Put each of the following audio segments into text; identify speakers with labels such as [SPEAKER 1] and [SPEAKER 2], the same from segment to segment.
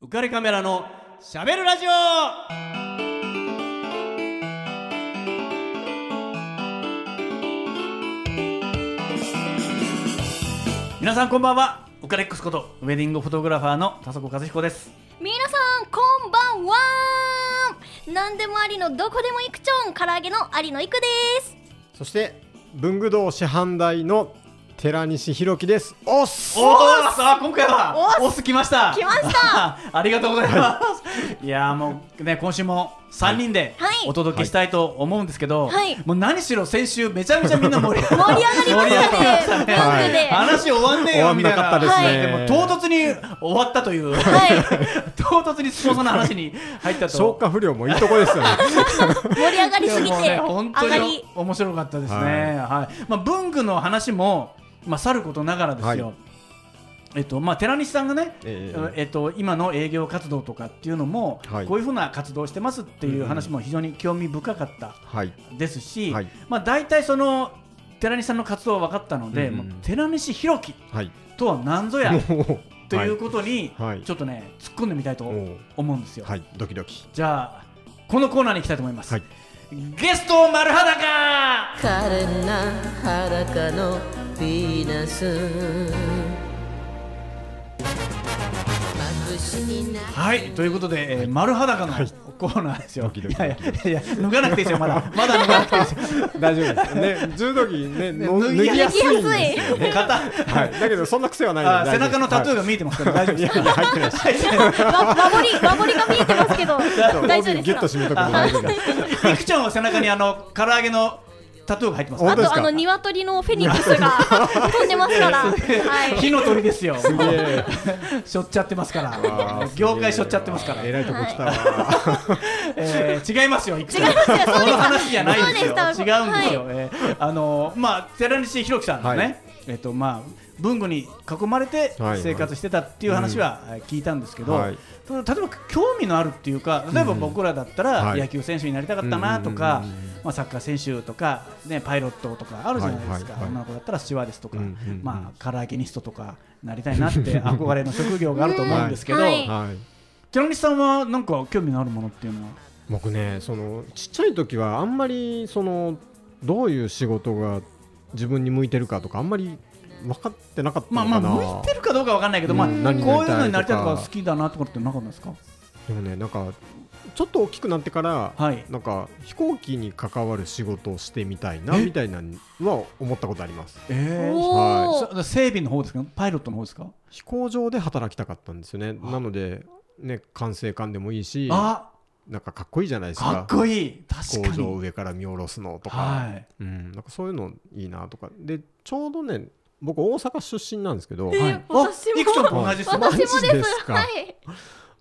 [SPEAKER 1] 浮かれカメラのしゃべるラジオ皆さんこんばんは浮かれックスことウェディングフォトグラファーの田底和彦です
[SPEAKER 2] 皆さんこんばんは何でもありのどこでもいくちょん唐揚げのありのいくです
[SPEAKER 3] そして文具堂師範代の寺西弘樹です。おっす。
[SPEAKER 1] おーさあ今回は
[SPEAKER 2] お
[SPEAKER 1] お
[SPEAKER 2] っ
[SPEAKER 1] っす来ました
[SPEAKER 2] 来ました
[SPEAKER 1] ありがとうございますいやーもうね今週も3人で
[SPEAKER 2] はい
[SPEAKER 1] お届けしたいと思うんですけど、
[SPEAKER 2] はい
[SPEAKER 1] もう何しろ先週めちゃめちゃみんな盛り上
[SPEAKER 2] 盛り上がりました
[SPEAKER 1] 盛り上がりま
[SPEAKER 2] ね文
[SPEAKER 1] した
[SPEAKER 2] 具で、
[SPEAKER 1] ね
[SPEAKER 3] は い
[SPEAKER 1] 話終わんねえよみたいな
[SPEAKER 3] 終わんなかったです
[SPEAKER 2] ね
[SPEAKER 1] はいでも唐突に終わったという、
[SPEAKER 2] は
[SPEAKER 1] 唐突にスポンサーの話に入ったと
[SPEAKER 3] 消化不良もいいとこ ですよね。
[SPEAKER 2] 盛り上がりすぎ
[SPEAKER 1] い
[SPEAKER 2] て、
[SPEAKER 1] やもうね
[SPEAKER 2] 上
[SPEAKER 1] 本当
[SPEAKER 2] が
[SPEAKER 1] に
[SPEAKER 2] り
[SPEAKER 1] 面白かったですね。はい。まあ文具の話もまあさることながらですよ。
[SPEAKER 3] は
[SPEAKER 1] えっとまあ、寺西さんがね、
[SPEAKER 3] え
[SPEAKER 1] え
[SPEAKER 3] え
[SPEAKER 1] っと、今の営業活動とかっていうのも、
[SPEAKER 3] はい
[SPEAKER 1] こういうふうな活動をしてますっていう話も非常に興味深かった
[SPEAKER 3] はい。
[SPEAKER 1] ですし、
[SPEAKER 3] はい
[SPEAKER 1] まあ、大体その寺西さんの活動は分かったので、
[SPEAKER 3] うんうん
[SPEAKER 1] もう寺西弘樹
[SPEAKER 3] はい。
[SPEAKER 1] とは何ぞや
[SPEAKER 3] もう。
[SPEAKER 1] という
[SPEAKER 3] と。
[SPEAKER 1] ことに、
[SPEAKER 3] はい
[SPEAKER 1] ちょっとね突っ込んでみたいと思うんですよ。
[SPEAKER 3] はい。ドキドキ。
[SPEAKER 1] じゃあこのコーナーに行きたいと思います。
[SPEAKER 3] はい
[SPEAKER 1] ゲスト丸裸
[SPEAKER 4] 可憐な裸のヴィーナス眩しにな
[SPEAKER 1] はい、ということで、えー丸裸のコーナーですよ。
[SPEAKER 3] ドキドキ
[SPEAKER 1] いやいや、いや脱がなくていいですよ、まだ。まだ脱がなくていいですよ。
[SPEAKER 3] 大丈夫です。ね、柔道着ね、
[SPEAKER 1] 脱
[SPEAKER 3] の脱
[SPEAKER 1] ぎ
[SPEAKER 3] ぎ
[SPEAKER 1] や
[SPEAKER 3] や
[SPEAKER 1] す
[SPEAKER 3] す
[SPEAKER 2] い
[SPEAKER 3] いんですよね。
[SPEAKER 1] 肩、
[SPEAKER 3] はい。だけどそんな癖はない
[SPEAKER 1] あ
[SPEAKER 3] ので。
[SPEAKER 1] 背中のタトゥー
[SPEAKER 3] ー
[SPEAKER 1] が見えてますから、大丈夫
[SPEAKER 3] い
[SPEAKER 1] で
[SPEAKER 3] や
[SPEAKER 1] す。
[SPEAKER 3] いや入ってないです。
[SPEAKER 2] わ守り守りが見えてますけ ど大丈夫
[SPEAKER 3] ギ
[SPEAKER 2] で
[SPEAKER 3] ュッと
[SPEAKER 2] すか
[SPEAKER 3] 締めとくと大丈夫 です。
[SPEAKER 1] いくちゃんは背中に、あの、唐揚げのタトゥーが入ってますか
[SPEAKER 3] 本
[SPEAKER 2] あ
[SPEAKER 3] 当です
[SPEAKER 2] と
[SPEAKER 3] か
[SPEAKER 2] あの鶏のフェニックスが 飛んでますから
[SPEAKER 1] ら。
[SPEAKER 2] はい
[SPEAKER 1] 火の鳥ですよ。
[SPEAKER 3] すげえ。
[SPEAKER 1] しょっちゃってますか
[SPEAKER 3] あ
[SPEAKER 1] ら
[SPEAKER 3] ー。
[SPEAKER 1] 業界しょっちゃってますから。
[SPEAKER 3] えらいとこ来 たわ。
[SPEAKER 1] えー違いますよ、いくちゃん。
[SPEAKER 2] 違いますよ
[SPEAKER 1] この話じゃないですよ。
[SPEAKER 2] そうでし
[SPEAKER 1] 違
[SPEAKER 2] た
[SPEAKER 1] うんですよ。えーあのーまあ寺西弘樹さんのね、
[SPEAKER 3] はい
[SPEAKER 1] えっ、とまあ文具に囲まれて
[SPEAKER 3] はい
[SPEAKER 1] 生活してたっていう話はえー聞いたんですけど、
[SPEAKER 3] はい
[SPEAKER 1] その例えば興味のあるっていうか、例えば僕らだったら
[SPEAKER 3] はい
[SPEAKER 1] 野球選手になりたかったなと
[SPEAKER 3] う
[SPEAKER 1] か
[SPEAKER 3] んうんうんうん、
[SPEAKER 1] まあサッカー選手とかねパイロットとかあるじゃないですか。
[SPEAKER 3] はいはいはい
[SPEAKER 1] 女の子だったらスチュワーデスとか、
[SPEAKER 3] うんうんうん
[SPEAKER 1] まあカラーゲニストとかなりたいなって憧れの職業があると思うんですけど、
[SPEAKER 2] うんはい
[SPEAKER 3] はい。
[SPEAKER 1] 寺西さんはなんか興味のあるものっていうのは。
[SPEAKER 3] 僕ねそのちっちゃい時はあんまりそのどういう仕事が自分に向いてるかとかあんまり分かってなかったの
[SPEAKER 1] まあま
[SPEAKER 3] かな、
[SPEAKER 1] あ向いてるかどうかわかんないけど、まあ
[SPEAKER 3] うん
[SPEAKER 1] こう
[SPEAKER 3] 何
[SPEAKER 1] いう
[SPEAKER 3] になりたい
[SPEAKER 1] のになりたいと
[SPEAKER 3] と
[SPEAKER 1] か
[SPEAKER 3] か
[SPEAKER 1] 好きだなとかってなかったんですか。
[SPEAKER 3] でもねなんかちょっと大きくなってから、
[SPEAKER 1] はい
[SPEAKER 3] なんか飛行機に関わる仕事をしてみたいなみたいなのは思ったことあります
[SPEAKER 1] え
[SPEAKER 2] おお、
[SPEAKER 1] 整備の方ですか、パイロットの方ですか。
[SPEAKER 3] 飛行場で働きたかったんですよねなのでね管制官でもいいし
[SPEAKER 1] あ、
[SPEAKER 3] なんかかっこいいじゃないです
[SPEAKER 1] か
[SPEAKER 3] か
[SPEAKER 1] っこいい。
[SPEAKER 3] 飛
[SPEAKER 1] 確
[SPEAKER 3] 行
[SPEAKER 1] か
[SPEAKER 3] 場を
[SPEAKER 1] に。
[SPEAKER 3] 上から見下ろすのとか、
[SPEAKER 1] はい。
[SPEAKER 3] うん、なんかそういうのいいなとかでちょうどね僕大阪出身なんですけど、
[SPEAKER 1] は
[SPEAKER 2] え
[SPEAKER 1] い
[SPEAKER 2] ー、私も
[SPEAKER 1] あいくちゃんと同じですよ。
[SPEAKER 3] マ
[SPEAKER 2] 私
[SPEAKER 3] ジ
[SPEAKER 2] もです
[SPEAKER 3] ですか
[SPEAKER 2] はい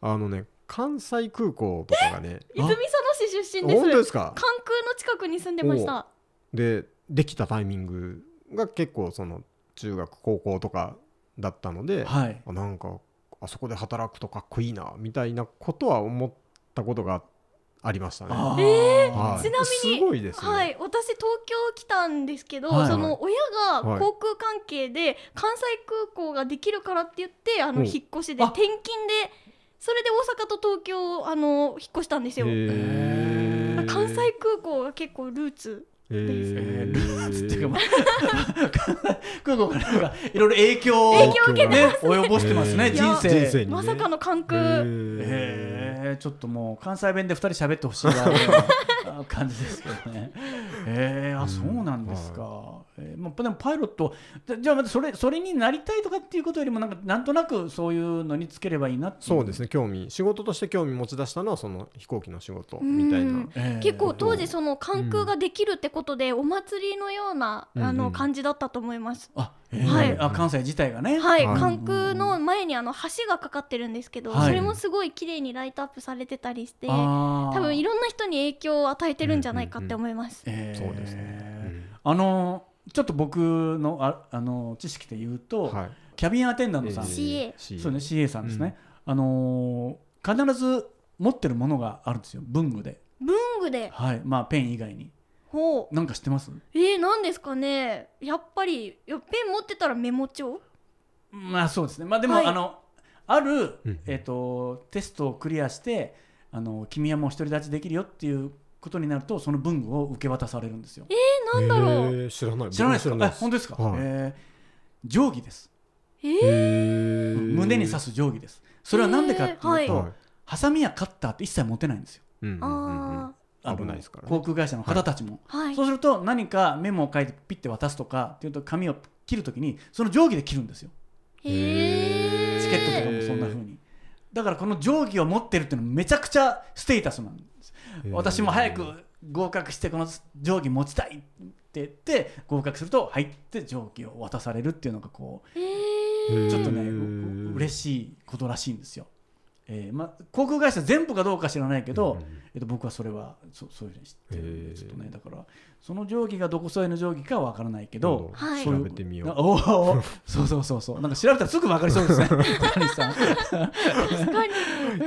[SPEAKER 3] あのね関西空港とかがね
[SPEAKER 2] 泉佐野市出身です
[SPEAKER 3] 本当ですか
[SPEAKER 2] 関空の近くに住んでました
[SPEAKER 3] でできたタイミングが結構その中学高校とかだったので、
[SPEAKER 1] はい。
[SPEAKER 3] あなんかあそこで働くとかっこいいなみたいなことは思ったことがありましたね。
[SPEAKER 1] あ
[SPEAKER 3] は
[SPEAKER 1] ー
[SPEAKER 3] い
[SPEAKER 2] ちなみに
[SPEAKER 3] すごいですね。
[SPEAKER 2] はい、私東京来たんですけど、
[SPEAKER 1] はい
[SPEAKER 2] その親
[SPEAKER 3] は
[SPEAKER 2] が
[SPEAKER 3] い
[SPEAKER 2] 航空関係で関西空港ができるからって言ってあの
[SPEAKER 3] うん
[SPEAKER 2] 引っ越しで
[SPEAKER 1] あ
[SPEAKER 2] 転勤でそれで大阪と東京あの引っ越したんですよ。
[SPEAKER 3] へー
[SPEAKER 2] 関西空港が結構ルーツ。
[SPEAKER 3] へー
[SPEAKER 1] えールーツ っていうか、まあ 空港からなんかいろいろ影響を
[SPEAKER 3] 影響を受けて
[SPEAKER 1] ね及ぼしてますね
[SPEAKER 3] へー
[SPEAKER 1] 人生。
[SPEAKER 3] 人生にね
[SPEAKER 2] まさかの関
[SPEAKER 3] へ
[SPEAKER 2] 空。
[SPEAKER 3] ー
[SPEAKER 1] えー、ちょっともう関西弁で2人喋ってほしいな あ感じですけどね。えー、あそうなんですか。えーまあ、でもパイロットじゃじゃあまたそれそれになりたいとかっていうことよりもなんかなんとなくそういうのにつければいいなってい
[SPEAKER 3] そうです
[SPEAKER 1] ね。
[SPEAKER 3] ね興味仕事として興味持ち出したのはその飛行機の仕事みたい
[SPEAKER 2] うん
[SPEAKER 3] な。
[SPEAKER 1] えー
[SPEAKER 2] 結構当時その関空ができるってことでお祭りのような、
[SPEAKER 3] うん
[SPEAKER 2] あ
[SPEAKER 3] うんう
[SPEAKER 2] の
[SPEAKER 3] ん
[SPEAKER 2] 感じだったと思います。
[SPEAKER 1] あ、えー
[SPEAKER 2] はい
[SPEAKER 1] あ関西自体がね。
[SPEAKER 2] はい、
[SPEAKER 3] はい
[SPEAKER 2] 関空の前にあの橋がかかってるんですけど、
[SPEAKER 1] はい
[SPEAKER 2] それもすごい綺麗にライトアップされてたりして、
[SPEAKER 1] あー
[SPEAKER 2] 多分いろんな人に影響を与えてるんじゃないかって思います。
[SPEAKER 1] えー
[SPEAKER 3] そうですね
[SPEAKER 1] あのちょっと僕のああの知識で言うと、
[SPEAKER 3] はい
[SPEAKER 1] キャビンアテンダントさん、
[SPEAKER 3] えー
[SPEAKER 2] CA
[SPEAKER 1] そうね CA さんですね。あのー必ず持ってるものがあるんですよ文具で。
[SPEAKER 2] 文具で、
[SPEAKER 1] はい、まあペン以外に。
[SPEAKER 2] ほう、
[SPEAKER 1] なんか知ってます
[SPEAKER 2] えー、なんですかね、やっぱり、いやペン持ってたらメモ帳。
[SPEAKER 1] まあそうですね。まあでも、
[SPEAKER 2] はい
[SPEAKER 1] あの、ある、
[SPEAKER 3] うん
[SPEAKER 1] えっとテストをクリアしてあの君はもう独り立ちできるよっていうことになるとその文具を受け渡されるんですよ。
[SPEAKER 2] えなんだろう
[SPEAKER 3] えー知らない
[SPEAKER 1] 知らないですか
[SPEAKER 3] 僕も
[SPEAKER 1] え本当ですか、
[SPEAKER 3] はい
[SPEAKER 1] えー定規です
[SPEAKER 2] え
[SPEAKER 3] へ
[SPEAKER 2] ー
[SPEAKER 3] ー
[SPEAKER 1] 胸に刺す定規ですそれは何でかっていうと、
[SPEAKER 2] えーは
[SPEAKER 3] はい
[SPEAKER 1] ハサミやカッターって一切持てないんですよ
[SPEAKER 3] うんうんうんうん
[SPEAKER 2] あ
[SPEAKER 1] あの
[SPEAKER 3] 危ないですからね
[SPEAKER 1] 航空会社の方たちも、
[SPEAKER 2] あはい
[SPEAKER 1] そうすると何かメモを書いてピッて渡すとかっていうと紙を切るときにその定規で切るんですよ
[SPEAKER 2] えー
[SPEAKER 1] チケットとかもそんな風にだからこの定規を持ってるっていうのはめちゃくちゃステータスなんです
[SPEAKER 3] へー
[SPEAKER 1] 私も早く合格してこの定規持ちたいって言って合格すると入って定規を渡されるっていうのがこう
[SPEAKER 2] え
[SPEAKER 1] ちょっとね
[SPEAKER 3] へ
[SPEAKER 1] う
[SPEAKER 3] ー
[SPEAKER 1] う嬉しいことらしいんですよ、えーまあ、航空会社全部かどうか知らないけど、
[SPEAKER 3] うんうん
[SPEAKER 1] えっと、僕はそれはそそういうふうに知ってるんで
[SPEAKER 3] へー
[SPEAKER 1] ちょっとねだからその定規がどこ添えの定規かは分からないけど、
[SPEAKER 3] 今
[SPEAKER 2] はい
[SPEAKER 1] そ
[SPEAKER 3] 度
[SPEAKER 1] ういう
[SPEAKER 3] 調べてみよう
[SPEAKER 1] なおー おーそうそうそうそうなんか調べたらすぐ分かりそうですね高橋さん
[SPEAKER 2] 確かに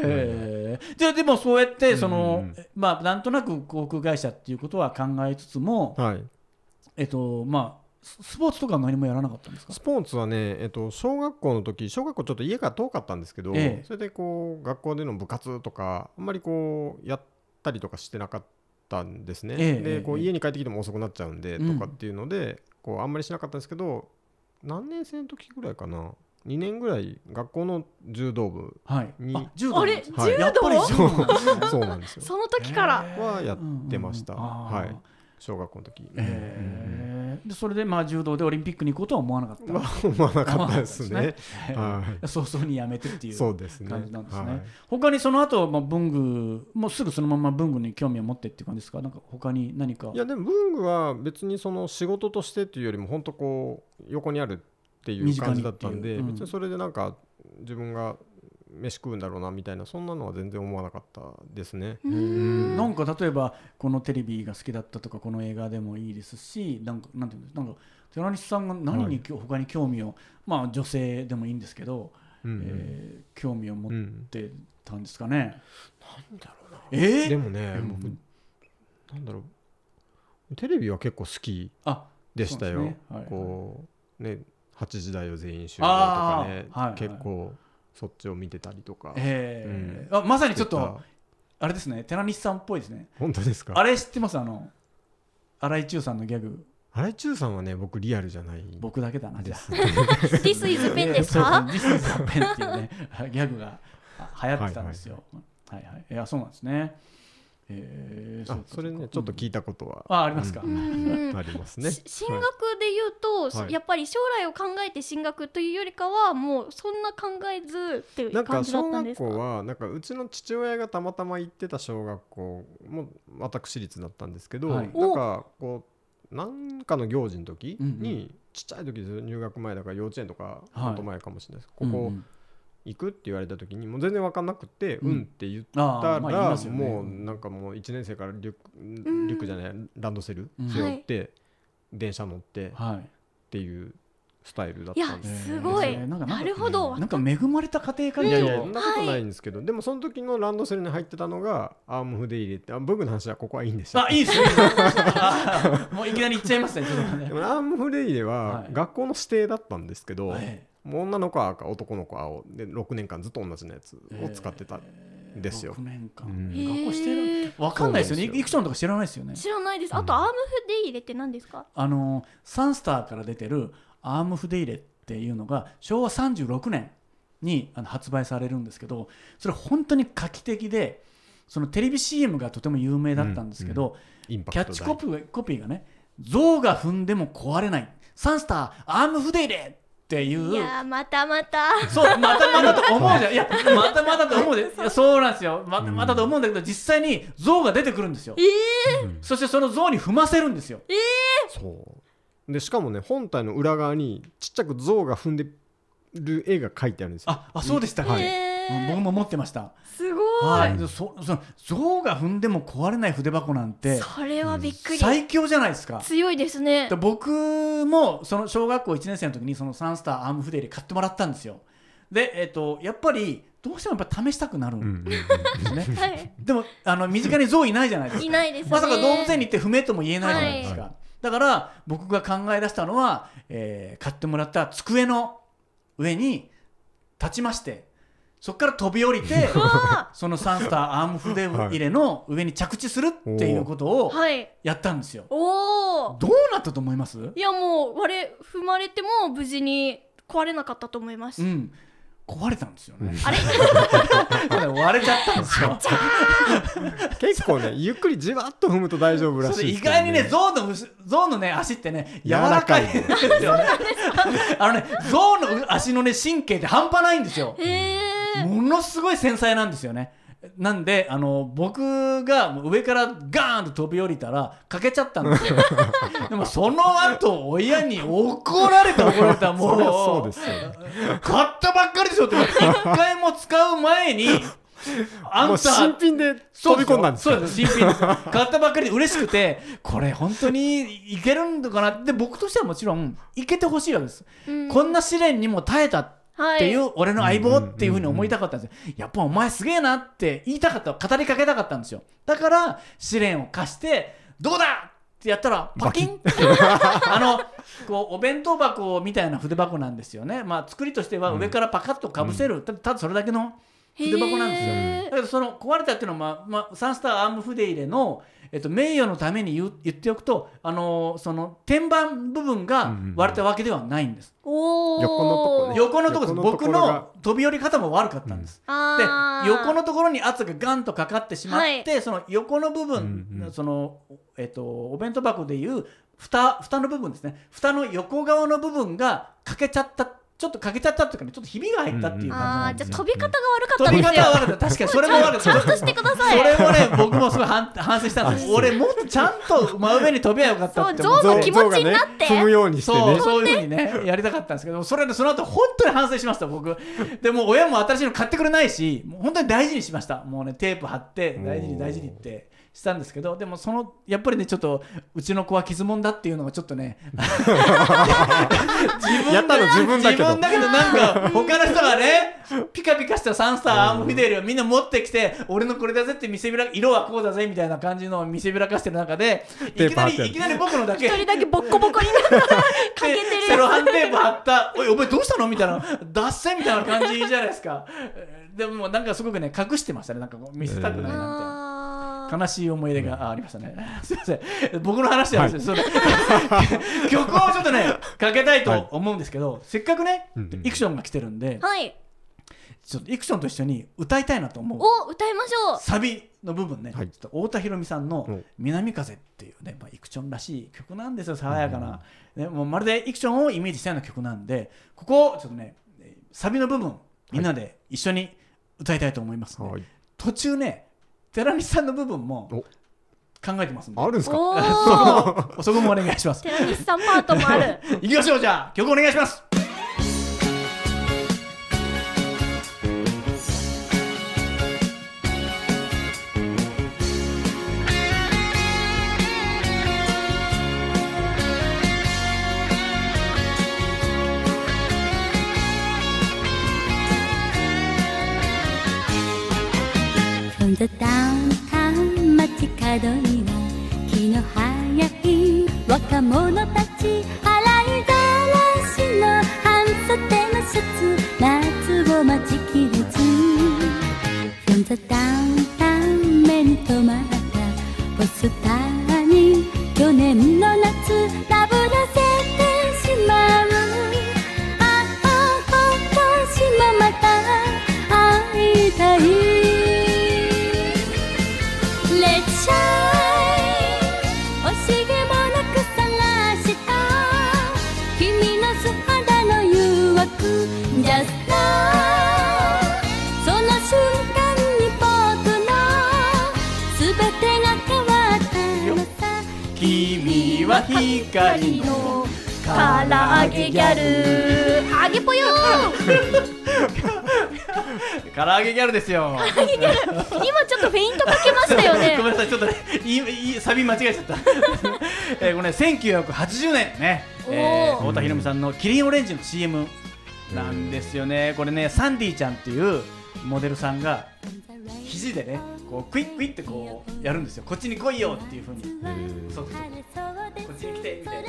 [SPEAKER 1] えーじゃあでもそうやってその、
[SPEAKER 3] うんうん
[SPEAKER 1] まあなんとなく航空会社っていうことは考えつつも、
[SPEAKER 3] はい、
[SPEAKER 1] えっとまあススポーツとかは何もやらなかったんですか
[SPEAKER 3] スポーツはね、えっと、小学校の時小学校ちょっと家が遠かったんですけど、
[SPEAKER 1] ええ
[SPEAKER 3] それでこう学校での部活とかあんまりこうやったりとかしてなかったんですね、
[SPEAKER 1] ええええ
[SPEAKER 3] でこう
[SPEAKER 1] ええ
[SPEAKER 3] 家に帰ってきても遅くなっちゃうんで
[SPEAKER 1] うん
[SPEAKER 3] とかっていうので、こうあんまりしなかったんですけど何年生の時ぐらいかな2年ぐらい学校の柔道部
[SPEAKER 1] はい
[SPEAKER 3] に
[SPEAKER 1] あ柔道
[SPEAKER 2] あ
[SPEAKER 1] なん
[SPEAKER 2] れ
[SPEAKER 1] です
[SPEAKER 2] 柔
[SPEAKER 1] ね
[SPEAKER 2] 道、
[SPEAKER 3] はい
[SPEAKER 1] やっぱり柔道なんですね
[SPEAKER 3] そうなんですよ
[SPEAKER 2] その時から、
[SPEAKER 1] へー
[SPEAKER 3] はやってました
[SPEAKER 1] うんうんうんあー
[SPEAKER 3] はい小学校の時、うん
[SPEAKER 1] えーでそれでまあ柔道でオリンピックに行こうとは思わなかった、
[SPEAKER 3] まあ思わなかったですね
[SPEAKER 1] は
[SPEAKER 3] はい
[SPEAKER 1] い早々にやめてっていう
[SPEAKER 3] そうですね
[SPEAKER 1] 感じなんですね
[SPEAKER 3] はい
[SPEAKER 1] 他にその後、まあ文具もうすぐそのまま文具に興味を持ってっていう感じですかなんか他に何か
[SPEAKER 3] いやでも文具は別にその仕事としてっていうよりも本当こう横にあるってい
[SPEAKER 1] 身
[SPEAKER 3] う
[SPEAKER 1] 近に
[SPEAKER 3] 感じだったんで、
[SPEAKER 1] っていううん
[SPEAKER 3] 別にそれでなんか自分が飯食うんだろうなみたいなそんなのは全然思わなかったですね。
[SPEAKER 2] うー
[SPEAKER 3] うん
[SPEAKER 2] ん
[SPEAKER 1] なんか例えばこのテレビが好きだったとかこの映画でもいいですしなんかなんていうんですなんか寺西さんが何にきょ、他に興味をまあ女性でもいいんですけど、
[SPEAKER 3] うんうん
[SPEAKER 1] えー興味を持
[SPEAKER 3] う
[SPEAKER 1] っ
[SPEAKER 3] ん
[SPEAKER 1] てたんですかね、
[SPEAKER 3] なんだろうな
[SPEAKER 1] えー
[SPEAKER 3] でもね、
[SPEAKER 1] うん
[SPEAKER 3] 僕なんだろうテレビは結構好き
[SPEAKER 1] あ
[SPEAKER 3] でしたよ。
[SPEAKER 1] そうなんですねはい
[SPEAKER 3] こうね8時だよ全員集合とかね、
[SPEAKER 1] あーはいはい
[SPEAKER 3] 結構そっちを見てたりとか。
[SPEAKER 1] えーあまさにちょっとあれですね寺西さんっぽいですね
[SPEAKER 3] 本当ですか
[SPEAKER 1] あれ知ってますあの新井中さんのギャグ
[SPEAKER 3] 荒井中さんはね僕リアルじゃないん
[SPEAKER 1] 僕だけだなじ
[SPEAKER 3] で
[SPEAKER 1] ゃあ
[SPEAKER 3] すね。
[SPEAKER 2] This is pen です
[SPEAKER 1] そう
[SPEAKER 2] か
[SPEAKER 1] そう This is a pen っていうねギャグがあ流行ってたんですよはいはい、いやそうなんですねえー
[SPEAKER 3] あ
[SPEAKER 1] うか
[SPEAKER 3] それ
[SPEAKER 1] う
[SPEAKER 3] ね
[SPEAKER 1] か
[SPEAKER 3] ちょっと
[SPEAKER 1] うん
[SPEAKER 3] 聞いたことは、
[SPEAKER 1] あありますか
[SPEAKER 3] うん
[SPEAKER 2] うん
[SPEAKER 3] ありますね
[SPEAKER 2] し 進学で言うと、
[SPEAKER 3] はい
[SPEAKER 2] やっぱり将来を考えて進学というよりかはもうそんな考えずってい
[SPEAKER 3] な
[SPEAKER 2] うん
[SPEAKER 3] か
[SPEAKER 2] 感じだっ
[SPEAKER 3] 小
[SPEAKER 2] たんで
[SPEAKER 3] 学
[SPEAKER 2] すか
[SPEAKER 3] 校はなんかうちの父親がたまたま行ってた小学校も私立だったんですけど、
[SPEAKER 1] はい
[SPEAKER 3] なんかこうなんかの行事の時に、
[SPEAKER 1] うんう
[SPEAKER 3] ちっちゃい時ですよ入学前だから幼稚園とか
[SPEAKER 1] はい
[SPEAKER 3] もっと前かもしれないです、
[SPEAKER 1] うんう
[SPEAKER 3] ここ
[SPEAKER 1] ん
[SPEAKER 3] 行くって言われた時にもう全然分かんなくて、
[SPEAKER 1] うん
[SPEAKER 3] うんって言っ
[SPEAKER 1] あ
[SPEAKER 3] た
[SPEAKER 1] ー
[SPEAKER 3] ら、
[SPEAKER 1] まあ言いますよね
[SPEAKER 3] もうなんかもう1年生からリュック
[SPEAKER 2] ん
[SPEAKER 3] リュックじゃないランドセル
[SPEAKER 1] うん
[SPEAKER 3] 背負って、電車乗ってっ
[SPEAKER 1] はい
[SPEAKER 3] ていうスタイルだっ
[SPEAKER 2] い
[SPEAKER 3] たん
[SPEAKER 2] や
[SPEAKER 3] です
[SPEAKER 2] すごい、
[SPEAKER 1] えーなんかなんか
[SPEAKER 2] なるほど、
[SPEAKER 1] なんか恵まれた家庭環
[SPEAKER 3] い
[SPEAKER 1] 境
[SPEAKER 3] やいやそんなことないんですけど、でもその時のランドセルに入ってたのがアーム筆入れってあ僕の話はここはいいんでしょ
[SPEAKER 1] あいいですよいいですよあーもういきなり言っちゃいますねちょっとね
[SPEAKER 3] でもアーム筆入れは
[SPEAKER 1] はい
[SPEAKER 3] 学校の指定だったんですけど、
[SPEAKER 1] え
[SPEAKER 3] もう女の子は赤男の子は青で6年間ずっと同じのやつ
[SPEAKER 1] え
[SPEAKER 3] を使ってた、
[SPEAKER 1] えー
[SPEAKER 3] ですよ
[SPEAKER 1] 6年間、
[SPEAKER 3] うん
[SPEAKER 2] へー
[SPEAKER 1] 学校してるわかんないですよね
[SPEAKER 3] そうなんですよ
[SPEAKER 1] いくちゃんとか知らないですよね
[SPEAKER 2] 知らないです
[SPEAKER 3] うん
[SPEAKER 2] あとアームフデイ入れって何ですか、
[SPEAKER 1] あのサンスターから出てるアーム筆入れっていうのが昭和36年にあの発売されるんですけどそれ本当に画期的でそのテレビ CM がとても有名だったんですけど、
[SPEAKER 3] インパク
[SPEAKER 1] キ
[SPEAKER 3] ト
[SPEAKER 1] ャ
[SPEAKER 3] 大
[SPEAKER 1] ッチコピーコピーがね「象が踏んでも壊れないサンスターアーム筆入れ」っていう
[SPEAKER 2] いやーまたまた
[SPEAKER 1] そうまたまたと思 うじゃんいやまたまたと思うじゃんいやそうなんですよまたまたと思うんだけど実際に象が出てくるんですよ
[SPEAKER 2] えー、
[SPEAKER 3] うん
[SPEAKER 1] そしてその象に踏ませるんですよ
[SPEAKER 3] そうでしかもね本体の裏側にちっちゃく象が踏んでる絵が描いてあるんですよ
[SPEAKER 1] ああそうでしたか、
[SPEAKER 3] はい
[SPEAKER 1] うん
[SPEAKER 2] えー
[SPEAKER 1] 僕も持ってました
[SPEAKER 2] すごい、
[SPEAKER 1] はい、でそその象が踏んでも壊れない筆箱なんて
[SPEAKER 2] それはびっくり、
[SPEAKER 1] 最強じゃないですか。
[SPEAKER 2] 強いですね
[SPEAKER 1] で僕もその小学校1年生の時にそのサンスターアーム筆入れ買ってもらったんですよ。で、えっとやっぱりどうしてもやっぱ試したくなる
[SPEAKER 3] うんうんんうん
[SPEAKER 1] ですね。
[SPEAKER 2] はい
[SPEAKER 1] でもあの身近に象いないじゃないですか
[SPEAKER 2] い。ないですね
[SPEAKER 1] まさか動物園に行って不明とも言えないじゃないですか、
[SPEAKER 3] は
[SPEAKER 1] だから僕が考え出したのは、えー買ってもらった机の上に立ちましてそこから飛び降り て
[SPEAKER 2] わ
[SPEAKER 1] そのサンスターアーム筆入れの上に着地するっていうことを
[SPEAKER 2] ーはい
[SPEAKER 1] やったんですよ。
[SPEAKER 2] おお
[SPEAKER 1] どうなったと思います
[SPEAKER 2] いやもう割れ踏まれても無事に壊れなかったと思います、
[SPEAKER 1] うん壊れたんですよね。
[SPEAKER 2] あれ
[SPEAKER 1] だから割れちゃったんです よ。
[SPEAKER 3] 結構ねゆっくりじわっと踏むと大丈夫らし
[SPEAKER 1] そ
[SPEAKER 3] い
[SPEAKER 1] れ
[SPEAKER 3] で
[SPEAKER 1] 意
[SPEAKER 3] すけど
[SPEAKER 1] 外にね、ゾウのうす、ゾウのね、足ってね、柔
[SPEAKER 3] 柔
[SPEAKER 1] ら
[SPEAKER 3] ら
[SPEAKER 1] か
[SPEAKER 3] か
[SPEAKER 1] いん
[SPEAKER 3] い
[SPEAKER 1] ですよね。 あのね、ゾウのう足のね、神経って半端ないんですよ。
[SPEAKER 2] へえ
[SPEAKER 1] ものすごい繊細なんですよね。なんで、あの、僕がもう上からガーンと飛び降りたら、かけちゃったんです よ。でも、その後、親に怒られた、怒られた、もう。
[SPEAKER 3] そりゃそうですよ
[SPEAKER 1] 買ったばっかりですよって、一回も使う前 に、あ
[SPEAKER 3] も
[SPEAKER 1] ん
[SPEAKER 3] う
[SPEAKER 1] た、
[SPEAKER 3] 新品で飛び込んだんです
[SPEAKER 1] そうですよそうです新品です買ったばっかりで嬉しくてこれ本当にいけるのかなって僕としてはもちろんいけてほしいわけです、
[SPEAKER 2] うん
[SPEAKER 1] こんな試練にも耐えたっ
[SPEAKER 2] は
[SPEAKER 1] てい
[SPEAKER 2] いう
[SPEAKER 1] 俺の相棒っていうふうに思いたかったんですよ、やっぱお前すげえなって言いたかった語りかけたかったんですよだから試練を貸してどうだってやったらパキンってあのこうお弁当箱みたいな筆箱なんですよねまあ作りとしては上からパカッとかぶせる、たただそれだけの筆箱なんですよ
[SPEAKER 2] へー
[SPEAKER 1] だけどその壊れたっていうのは、まあまあ、サンスターアーム筆入れの、えっと、名誉のために言う言っておくと、あのーその天板部分が割れたわけではないんです、
[SPEAKER 2] おお
[SPEAKER 3] 横のとこね
[SPEAKER 1] 横のところです
[SPEAKER 3] 横のとこ
[SPEAKER 1] 僕
[SPEAKER 3] ろが
[SPEAKER 1] の飛び降り方も悪かったんです、で
[SPEAKER 2] あー
[SPEAKER 1] 横のところに圧がガンとかかってしまって、その横の部分、
[SPEAKER 3] うんうん
[SPEAKER 1] そのえっとお弁当箱でいう蓋蓋の部分ですね蓋の横側の部分が欠けちゃったちょっと欠けちゃったっていうかねちょっとひびが入ったっていう感じ
[SPEAKER 2] あ
[SPEAKER 1] な
[SPEAKER 2] ー
[SPEAKER 1] んで
[SPEAKER 2] じゃ
[SPEAKER 1] すよ
[SPEAKER 2] あ飛び方が悪かっ
[SPEAKER 1] 飛
[SPEAKER 2] た
[SPEAKER 1] び
[SPEAKER 2] です
[SPEAKER 1] 方
[SPEAKER 2] よ
[SPEAKER 1] は悪かった確かにそれも悪かった
[SPEAKER 2] ちゃんとしてください
[SPEAKER 1] それもね、僕もすごい反反省したんです
[SPEAKER 3] あ
[SPEAKER 1] よ。俺もっとちゃんと真上に飛べばよかった
[SPEAKER 2] そ
[SPEAKER 1] っ
[SPEAKER 2] う
[SPEAKER 1] て
[SPEAKER 2] ゾウ
[SPEAKER 1] 思っ
[SPEAKER 2] の気持ちになって
[SPEAKER 3] 踏むように
[SPEAKER 1] て。
[SPEAKER 3] して
[SPEAKER 1] そう
[SPEAKER 3] ね
[SPEAKER 1] そういうふうにねやりたかったんですけどそれでその後本当に反省しました僕でもう親も新しいの買ってくれないしもう本当に大事にしましたもうねテープ貼って大事に大事にってしたんですけどでもそのやっぱりねちょっとうちの子は傷もんだっていうのがちょっと ね自
[SPEAKER 3] やったの自分だけ
[SPEAKER 1] 自
[SPEAKER 3] ど
[SPEAKER 1] 分だけどなんか 他の人がねピカピカしたサンスターアームフィデルをみんな持ってきて俺のこれだぜって見せびら色はこうだぜみたいな感じのを見せびらかしてる中でい
[SPEAKER 3] テー
[SPEAKER 1] き
[SPEAKER 3] プ
[SPEAKER 1] な
[SPEAKER 3] 貼っ
[SPEAKER 1] り
[SPEAKER 3] てある
[SPEAKER 1] いきなり僕のだけ
[SPEAKER 2] 一人だけボッコボコに なってかけてる
[SPEAKER 1] でセロハンテープ貼った「おいお前どうしたの?」みたいな「脱線」みたいな感じじゃないですか えーでもなんかすごくね隠してましたねなんかこう見せたくないなみたいな。
[SPEAKER 2] あー
[SPEAKER 1] 悲しい思い出があありましたね。 すいません、僕の話ではあるんですよ、それ 曲をちょっとね、かけたいと思うんですけど、せっかくね
[SPEAKER 3] うんう、ん
[SPEAKER 1] イクションが来てるんで、
[SPEAKER 2] はい
[SPEAKER 1] ちょっとイクションと一緒に歌いたいなと思う。
[SPEAKER 2] お歌いましょう
[SPEAKER 1] サビの部分ね、
[SPEAKER 3] はい
[SPEAKER 1] ちょっと太田裕美さん
[SPEAKER 3] う
[SPEAKER 1] の
[SPEAKER 3] ん
[SPEAKER 1] 「南風」っていうね、まあ、イクチョンらしい曲なんですよ爽やかな、ね、もうまるでイクチョンをイメージしたような曲なんでここをちょっとねえーサビの部分みんなで一緒に歌いたいと思います、ね
[SPEAKER 3] はい
[SPEAKER 1] 途中ね寺西さんの部分も
[SPEAKER 3] お
[SPEAKER 1] 考えてますんで
[SPEAKER 3] あるんですか
[SPEAKER 2] おお ー
[SPEAKER 1] そこもお願いします
[SPEAKER 2] 寺西さんパートも ある
[SPEAKER 1] いきましょうじゃあ曲お願いします
[SPEAKER 5] 今度ダウンタウン街角には気の早い若者たち洗いざらしの半袖のシャツ夏を待ちきれず今度ダウンタウン目に留まったポスターに去年の夏ダぶらせてしまうああ私もまた会いたい Let's shine 惜しげもなく探した君の素肌の誘惑 Just now その瞬間に僕の全てが変わったのさ
[SPEAKER 1] 「君は光の
[SPEAKER 2] から揚げギャル揚げぽよー
[SPEAKER 1] 唐揚げギャルですよ」
[SPEAKER 2] 今ちょっとフェイントかけましたよ
[SPEAKER 1] ご めんな
[SPEAKER 2] ね
[SPEAKER 1] さい、ちょっとね、いいいいサビ間違えちゃった。 えー、これ、ね、1980年ね、えー、
[SPEAKER 2] おー
[SPEAKER 1] 太田裕美さんのキリンオレンジの CM なんですよね。これね、サンディちゃんっていうモデルさんが肘でね、こうクイックイってこうやるんですよ。こっちに来いよっていう風に
[SPEAKER 3] ー
[SPEAKER 1] そうそうそう
[SPEAKER 5] こ
[SPEAKER 1] っちに来てみたいな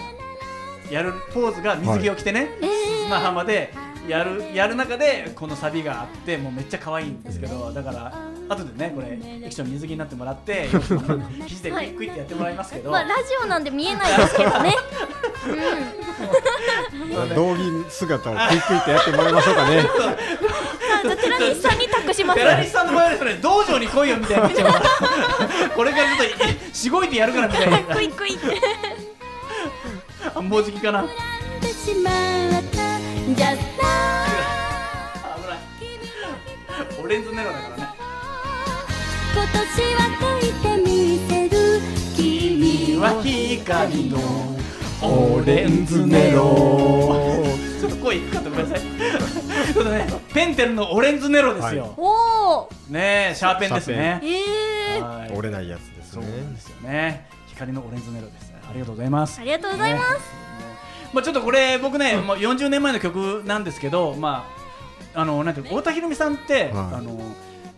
[SPEAKER 1] やるポーズが水着を着てね、
[SPEAKER 2] えー
[SPEAKER 1] 砂浜でやるやる中でこのサビがあってもうめっちゃ可愛いんですけどだから後でねこれエキション水着になってもらって肘でクイックイってやってもらいますけど、
[SPEAKER 2] まあラジオなんで見えないですけど ね
[SPEAKER 3] 道着姿をクイクイってやってもらいましょうか ね
[SPEAKER 2] あじゃあ寺西さんに託します
[SPEAKER 1] 寺西さんの場合はそれ道場に来いよみたいになっちゃうからこれからちょっとしごいてやるからみたいな
[SPEAKER 2] クイクイって
[SPEAKER 1] あもうじきかな危
[SPEAKER 5] んでしまったんじゃない
[SPEAKER 1] ない オレンズネロだからね
[SPEAKER 5] 今年は吹いてみせる君を
[SPEAKER 1] は光のオレンズネロちょっと声いくかとごめんなさい ちょっとねペンテルのオレンズネロですよ、
[SPEAKER 3] は
[SPEAKER 2] おお
[SPEAKER 1] ねえシャーペンです
[SPEAKER 2] え
[SPEAKER 1] ね
[SPEAKER 2] ー、
[SPEAKER 1] はい
[SPEAKER 3] 折れないやつです
[SPEAKER 1] そうなん
[SPEAKER 3] ね
[SPEAKER 1] ですよね光のオレンズネロですありがとうございます
[SPEAKER 2] ありがとうございます、
[SPEAKER 1] ねまあ、ちょっとこれ僕ね、もう40年前の曲なんですけど、まあ、あのなんていうの太田裕美さんって、
[SPEAKER 3] はい
[SPEAKER 1] あの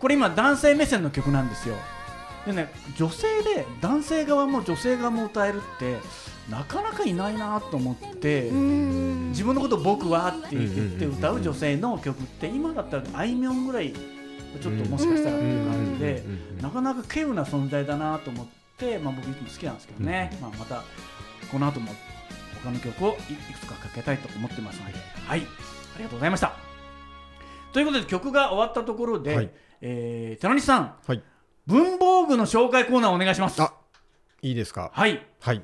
[SPEAKER 1] これ今男性目線の曲なんですよでね女性で男性側も女性側も歌えるってなかなかいないなと思って、
[SPEAKER 2] うーん
[SPEAKER 1] 自分のことを僕はって言って
[SPEAKER 3] うんうんうんうん
[SPEAKER 1] 歌う女性の曲って今だったらあいみょんぐらいちょっともしかしたらっていう感じで。
[SPEAKER 3] うんうんうん
[SPEAKER 1] なかなか稀有な存在だなと思って、まあ、僕いつも好きなんですけどね、まあ、またこの後も他の曲をいいくつかかけたいと思ってますので、はい、ありがとうございました。ということで曲が終わったところで、
[SPEAKER 3] はい
[SPEAKER 1] えー寺西さん、
[SPEAKER 3] はい
[SPEAKER 1] 文房具の紹介コーナーお願いします。
[SPEAKER 3] あいいですか
[SPEAKER 1] はい、
[SPEAKER 3] はい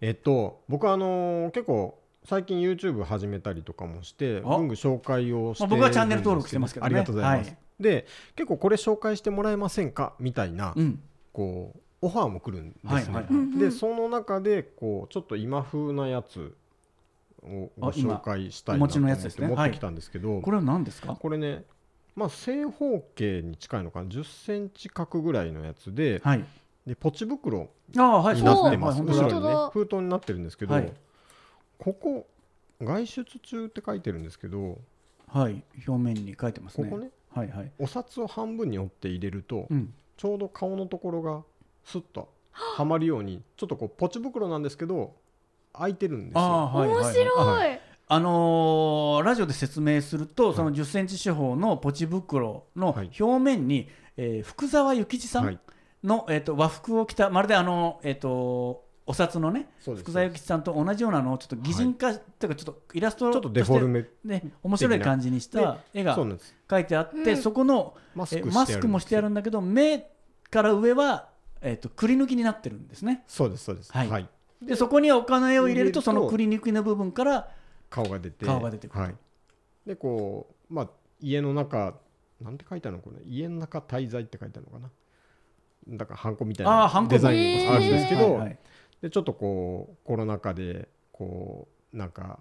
[SPEAKER 3] えっと僕はあのー結構最近 YouTube 始めたりとかもして
[SPEAKER 1] あ
[SPEAKER 3] 文具紹介をして
[SPEAKER 1] まあ僕はチャンネル登録してますけどね
[SPEAKER 3] ありがとうございます、
[SPEAKER 1] はい
[SPEAKER 3] で結構これ紹介してもらえませんかみたいな、
[SPEAKER 1] うん、
[SPEAKER 3] こうオファーも来るんですね、
[SPEAKER 1] はいはいはい
[SPEAKER 3] でその中でこうちょっと今風なやつをご
[SPEAKER 1] あ今
[SPEAKER 3] 紹介したいなと
[SPEAKER 1] お持ちの
[SPEAKER 3] 思
[SPEAKER 1] や
[SPEAKER 3] っ
[SPEAKER 1] つです
[SPEAKER 3] て
[SPEAKER 1] ね
[SPEAKER 3] 持
[SPEAKER 1] は
[SPEAKER 3] っ
[SPEAKER 1] い
[SPEAKER 3] てきたんですけど
[SPEAKER 1] これは何ですか。
[SPEAKER 3] これねまあ正方形に近いのかな1 0ンチ角ぐらいのやつで
[SPEAKER 1] はい、
[SPEAKER 3] でポチ袋
[SPEAKER 1] ああ、はい、
[SPEAKER 3] に
[SPEAKER 1] そう
[SPEAKER 3] な
[SPEAKER 1] ですね
[SPEAKER 3] ってます、
[SPEAKER 1] はい
[SPEAKER 2] だ
[SPEAKER 1] 本
[SPEAKER 3] 後
[SPEAKER 1] 当
[SPEAKER 3] ろ
[SPEAKER 1] だ
[SPEAKER 2] 本当
[SPEAKER 3] にね
[SPEAKER 2] だ
[SPEAKER 3] 封筒になってるんですけど、
[SPEAKER 1] はい
[SPEAKER 3] ここ外出中って書いてるんですけど
[SPEAKER 1] はい、表面に書いてます
[SPEAKER 3] こ
[SPEAKER 1] ね。
[SPEAKER 3] こね
[SPEAKER 1] はい、はい、
[SPEAKER 3] お札を半分に折って入れると、
[SPEAKER 1] うん、
[SPEAKER 3] ちょうど顔のところがスッとはまるようにちょっとこうポチ袋なんですけど開いてるんですよ。
[SPEAKER 1] ああ、はい、はい
[SPEAKER 2] 面
[SPEAKER 1] はい
[SPEAKER 2] 白い、
[SPEAKER 3] は
[SPEAKER 1] あのーラジオで説明すると、その1 0センチ四方のポチ袋の
[SPEAKER 3] はい
[SPEAKER 1] 表面に、えー福沢諭吉さ
[SPEAKER 3] は
[SPEAKER 1] ん
[SPEAKER 3] い
[SPEAKER 1] の、えー、と和服を着たまるであの、えー、とお札のね
[SPEAKER 3] そうです
[SPEAKER 1] 福沢諭吉さんと同じようなのをちょっと擬人化、っていうかちょっとイラスト
[SPEAKER 3] ちょっとデフォル
[SPEAKER 1] メ、
[SPEAKER 3] メ
[SPEAKER 1] ね、面白い感じにした絵が
[SPEAKER 3] そうなんです
[SPEAKER 1] 描いてあって、
[SPEAKER 2] うん
[SPEAKER 1] そこの
[SPEAKER 3] マス
[SPEAKER 1] え
[SPEAKER 3] クしてある
[SPEAKER 1] マスクもしてあるんだけど目から上は、えー、とくり抜きになってるんですね。
[SPEAKER 3] そうですそうです
[SPEAKER 1] は
[SPEAKER 3] はいい、
[SPEAKER 1] でそこにお金を入れると
[SPEAKER 3] 入れると
[SPEAKER 1] そのくり抜きの部分から
[SPEAKER 3] 顔が出て
[SPEAKER 1] 顔が出てくる
[SPEAKER 3] はい、でこうまあ家の中なんて書いてあるのこれ家の中滞在って書いてあるのかなだからハンコみたい
[SPEAKER 1] あーハン
[SPEAKER 3] な
[SPEAKER 1] コ
[SPEAKER 3] デザインもあるんですけ
[SPEAKER 1] はい
[SPEAKER 3] ど、
[SPEAKER 1] はい
[SPEAKER 3] でちょっとこうコロナ禍でこうなんか